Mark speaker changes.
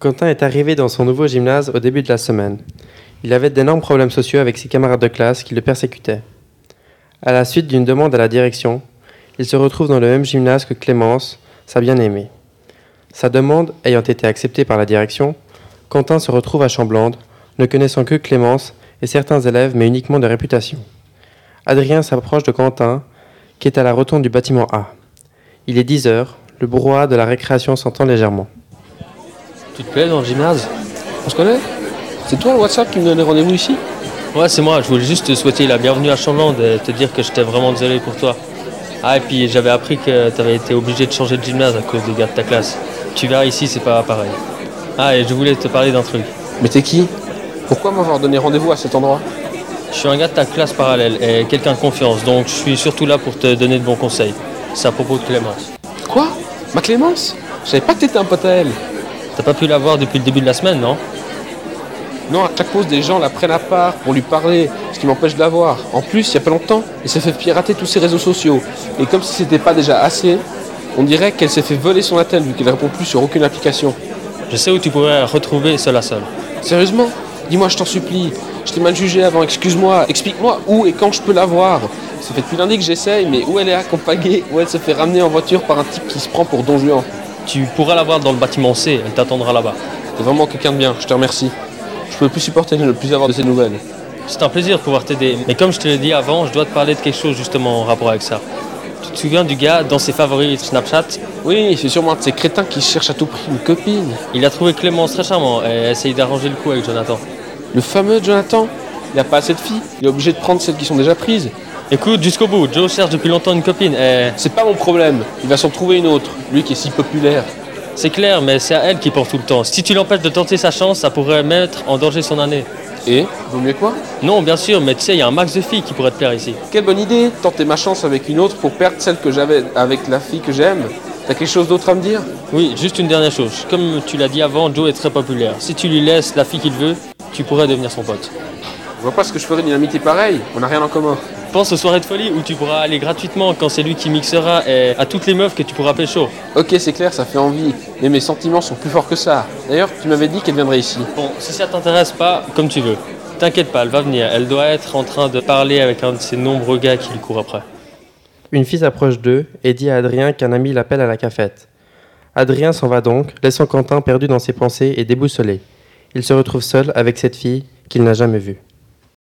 Speaker 1: Quentin est arrivé dans son nouveau gymnase au début de la semaine. Il avait d'énormes problèmes sociaux avec ses camarades de classe qui le persécutaient. À la suite d'une demande à la direction, il se retrouve dans le même gymnase que Clémence, sa bien-aimée. Sa demande ayant été acceptée par la direction, Quentin se retrouve à Chamblande, ne connaissant que Clémence et certains élèves, mais uniquement de réputation. Adrien s'approche de Quentin, qui est à la rotonde du bâtiment A. Il est 10 heures, le brouhaha de la récréation s'entend légèrement.
Speaker 2: Tu te plais dans le gymnase On se connaît C'est toi le WhatsApp qui me donnait rendez-vous ici
Speaker 3: Ouais, c'est moi, je voulais juste te souhaiter la bienvenue à Chamblande et te dire que j'étais vraiment désolé pour toi. Ah, et puis j'avais appris que t'avais été obligé de changer de gymnase à cause des gars de ta classe. Tu verras ici, c'est pas pareil. Ah, et je voulais te parler d'un truc.
Speaker 2: Mais t'es qui Pourquoi m'avoir donné rendez-vous à cet endroit
Speaker 3: Je suis un gars de ta classe parallèle et quelqu'un de confiance, donc je suis surtout là pour te donner de bons conseils. C'est à propos de Clémence.
Speaker 2: Quoi Ma Clémence Je savais pas que t'étais un pote à elle.
Speaker 3: T'as pas pu la voir depuis le début de la semaine, non
Speaker 2: Non, à chaque pause, des gens la prennent à part pour lui parler, ce qui m'empêche de la voir. En plus, il y a pas longtemps, elle s'est fait pirater tous ses réseaux sociaux. Et comme si c'était pas déjà assez, on dirait qu'elle s'est fait voler son attelle vu qu'elle répond plus sur aucune application.
Speaker 3: Je sais où tu pourrais la retrouver seul à seul.
Speaker 2: Sérieusement Dis-moi, je t'en supplie. Je t'ai mal jugé avant, excuse-moi. Explique-moi où et quand je peux la voir. Ça fait depuis lundi que j'essaye, mais où elle est accompagnée, où elle se fait ramener en voiture par un type qui se prend pour Don Juan.
Speaker 3: Tu pourras la voir dans le bâtiment C, elle t'attendra là-bas.
Speaker 2: T'es vraiment quelqu'un de bien, je te remercie. Je peux plus supporter de ne plus avoir de ces nouvelles.
Speaker 3: C'est un plaisir de pouvoir t'aider, mais comme je te l'ai dit avant, je dois te parler de quelque chose justement en rapport avec ça. Tu te souviens du gars dans ses favoris Snapchat
Speaker 2: Oui, c'est sûrement un de ces crétins qui cherche à tout prix une copine.
Speaker 3: Il a trouvé Clémence très charmant et essaye d'arranger le coup avec Jonathan.
Speaker 2: Le fameux Jonathan, il a pas assez de filles, il est obligé de prendre celles qui sont déjà prises.
Speaker 3: Écoute, jusqu'au bout, Joe cherche depuis longtemps une copine Eh, et
Speaker 2: C'est pas mon problème, il va s'en trouver une autre, lui qui est si populaire.
Speaker 3: c'est clair, mais c'est à elle qui pense tout le temps. Si tu l'empêches de tenter sa chance, ça pourrait mettre en danger son année.
Speaker 2: Et Vaut mieux quoi
Speaker 3: Non, bien sûr, mais tu sais, il y a un max de filles qui pourraient te plaire ici.
Speaker 2: Quelle bonne idée, tenter ma chance avec une autre pour perdre celle que j'avais avec la fille que j'aime. T'as quelque chose d'autre à me dire
Speaker 3: Oui, juste une dernière chose. Comme tu l'as dit avant, Joe est très populaire. Si tu lui laisses la fille qu'il veut, tu pourrais devenir son pote.
Speaker 2: Je vois pas ce que je ferais d'une amitié pareille, on n'a rien en commun.
Speaker 3: Pense aux soirées de folie où tu pourras aller gratuitement quand c'est lui qui mixera et à toutes les meufs que tu pourras pécho.
Speaker 2: Ok, c'est clair, ça fait envie, mais mes sentiments sont plus forts que ça. D'ailleurs, tu m'avais dit qu'elle viendrait ici.
Speaker 3: Bon, si ça t'intéresse pas, comme tu veux. T'inquiète pas, elle va venir. Elle doit être en train de parler avec un de ces nombreux gars qui lui courent après.
Speaker 1: Une fille s'approche d'eux et dit à Adrien qu'un ami l'appelle à la cafette. Adrien s'en va donc, laissant Quentin perdu dans ses pensées et déboussolé. Il se retrouve seul avec cette fille qu'il n'a jamais vue.